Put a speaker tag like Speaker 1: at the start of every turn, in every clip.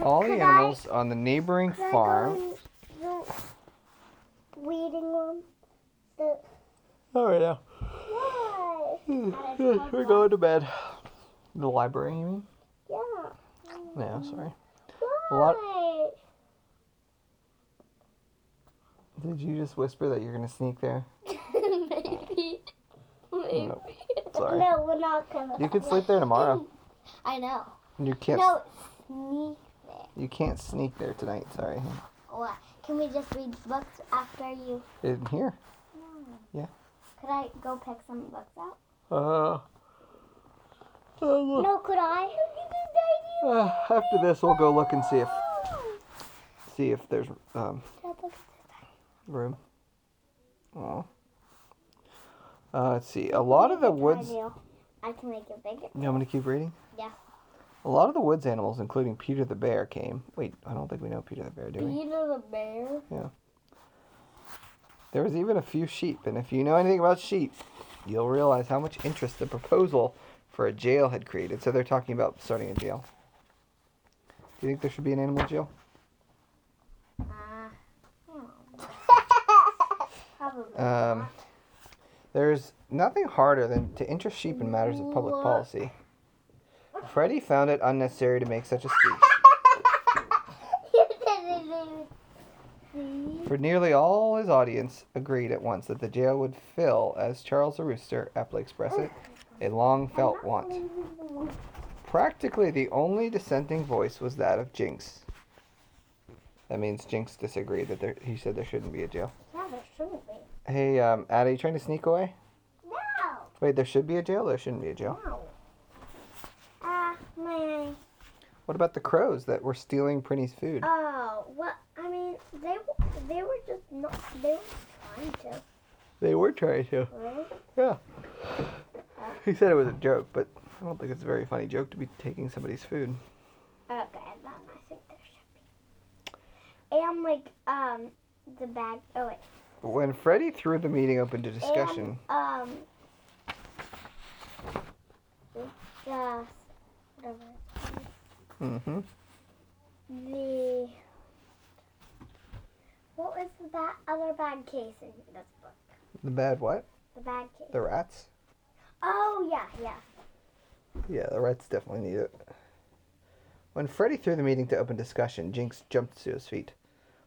Speaker 1: All the
Speaker 2: Could I-
Speaker 1: animals on the neighboring
Speaker 2: Can I go
Speaker 1: farm.
Speaker 2: in the reading room? The
Speaker 1: All right, now.
Speaker 2: why?
Speaker 1: We're going to bed. The library, you mean?
Speaker 2: Yeah.
Speaker 1: Yeah, sorry. A lot-
Speaker 2: Why?
Speaker 1: Did you just whisper that you're going to sneak there?
Speaker 3: Maybe. Maybe.
Speaker 1: Nope. Sorry.
Speaker 2: No, we're not gonna.
Speaker 1: You could sleep there tomorrow.
Speaker 3: I know.
Speaker 1: You can't.
Speaker 2: No, sneak.
Speaker 1: You can't sneak there tonight. Sorry.
Speaker 2: What? Can we just read books after you?
Speaker 1: In here.
Speaker 2: Could I go pick some books out?
Speaker 1: Uh. uh,
Speaker 2: No, could I?
Speaker 1: uh, after this, we'll go look and see if see if there's um room. Oh. Uh, let's see. A lot of the woods.
Speaker 2: I can make it bigger.
Speaker 1: You want me to keep reading?
Speaker 2: Yeah.
Speaker 1: A lot of the woods animals, including Peter the bear, came. Wait, I don't think we know Peter the bear, do we?
Speaker 3: Peter the bear.
Speaker 1: There was even a few sheep, and if you know anything about sheep, you'll realize how much interest the proposal for a jail had created. So they're talking about starting a jail. Do you think there should be an animal jail?
Speaker 2: Uh, hmm. Probably.
Speaker 1: Um, there's nothing harder than to interest sheep in matters of public
Speaker 3: What?
Speaker 1: policy. Freddie found it unnecessary to make such a speech.
Speaker 2: You didn't even see.
Speaker 1: For nearly all his audience agreed at once that the jail would fill, as Charles the Rooster aptly expressed it, a long felt want. Practically the only dissenting voice was that of Jinx. That means Jinx disagreed that there, he said there shouldn't be a jail.
Speaker 2: Yeah, there shouldn't be.
Speaker 1: Hey, um, Ad, are you trying to sneak away?
Speaker 2: No.
Speaker 1: Wait, there should be a jail? There shouldn't be a jail.
Speaker 2: No. Ah, man.
Speaker 1: What about the crows that were stealing Prinny's food?
Speaker 2: Oh, well, I mean, they w- they were just not. They were just trying to.
Speaker 1: They were trying to.
Speaker 2: Really?
Speaker 1: He said it was a joke, but I don't think it's a very funny joke to be taking somebody's food.
Speaker 2: Okay, then I think there should be. And like um the bag. Oh wait.
Speaker 1: When Freddie threw the meeting open to discussion,
Speaker 2: And, um. The whatever. Um.
Speaker 1: mm-hmm.
Speaker 2: The what was the ba- other bag case in this book?
Speaker 1: the bad what?
Speaker 2: The bag case.
Speaker 1: The rats?
Speaker 2: oh yeah, yeah.
Speaker 1: Yeah, the rats definitely need it. When Freddy threw the meeting to open discussion, Jinx jumped to his feet.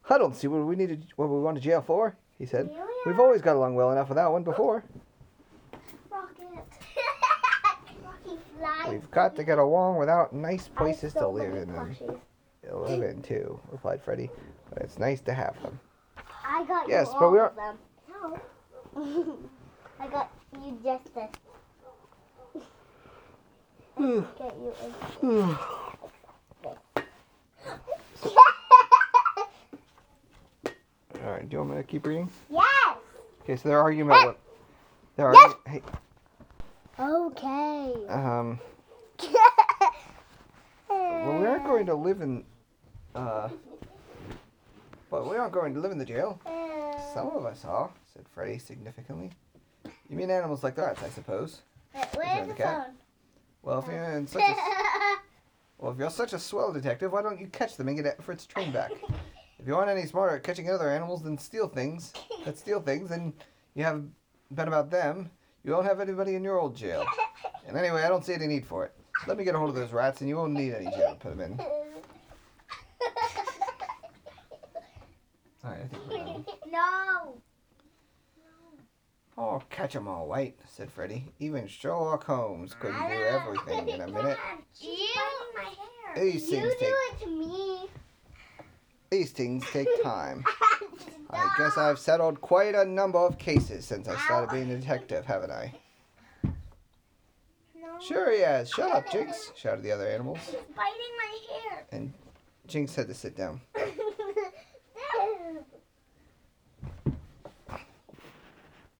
Speaker 1: I don't see what we needed, what we wanted jail for, he said.
Speaker 2: Really?
Speaker 1: We've always got along well enough without one before.
Speaker 2: Rocket. Rocky flies.
Speaker 1: We've got to get along without nice
Speaker 2: I
Speaker 1: places to
Speaker 2: stole
Speaker 1: live
Speaker 2: many
Speaker 1: in and
Speaker 2: plushies.
Speaker 1: live in too, replied Freddy. But it's nice to have them.
Speaker 2: I got
Speaker 1: Yes,
Speaker 2: you
Speaker 1: but
Speaker 2: all
Speaker 1: we are-
Speaker 2: of them. No. I got you just this. I didn't get you a-
Speaker 1: All right, do you want me to keep reading?
Speaker 2: yes.
Speaker 1: Okay, so they're arguing about what. They're arguing. Hey,
Speaker 2: Okay.
Speaker 1: um, well, we aren't going to live in. Uh, well, we aren't going to live in the jail. Some of us are, said Freddy significantly. You mean animals like that, I suppose.
Speaker 2: Wait,
Speaker 1: Is that the
Speaker 2: where's the
Speaker 1: cat?
Speaker 2: phone?
Speaker 1: Well, if you're in such a, well, if you're such a swell detective, why don't you catch them and get Fritz train back? If you aren't any smarter at catching other animals than steal things, that steal things, and you have been about them, you won't have anybody in your old jail. And anyway, I don't see any need for it. Let me get a hold of those rats, and you won't need any jail to put them in. All right, I think we're done.
Speaker 2: no.
Speaker 1: Oh, catch 'em all white, said Freddy. Even Sherlock Holmes couldn't do everything in a minute.
Speaker 2: She's biting my hair.
Speaker 1: These
Speaker 2: you
Speaker 1: things
Speaker 2: do
Speaker 1: take
Speaker 2: it to me.
Speaker 1: These things take time. I guess I've settled quite a number of cases since I started being a detective, haven't I?
Speaker 2: No.
Speaker 1: Sure he has. Shut up, Jinx, shouted the other animals.
Speaker 2: She's biting my hair.
Speaker 1: Jinx had to sit down.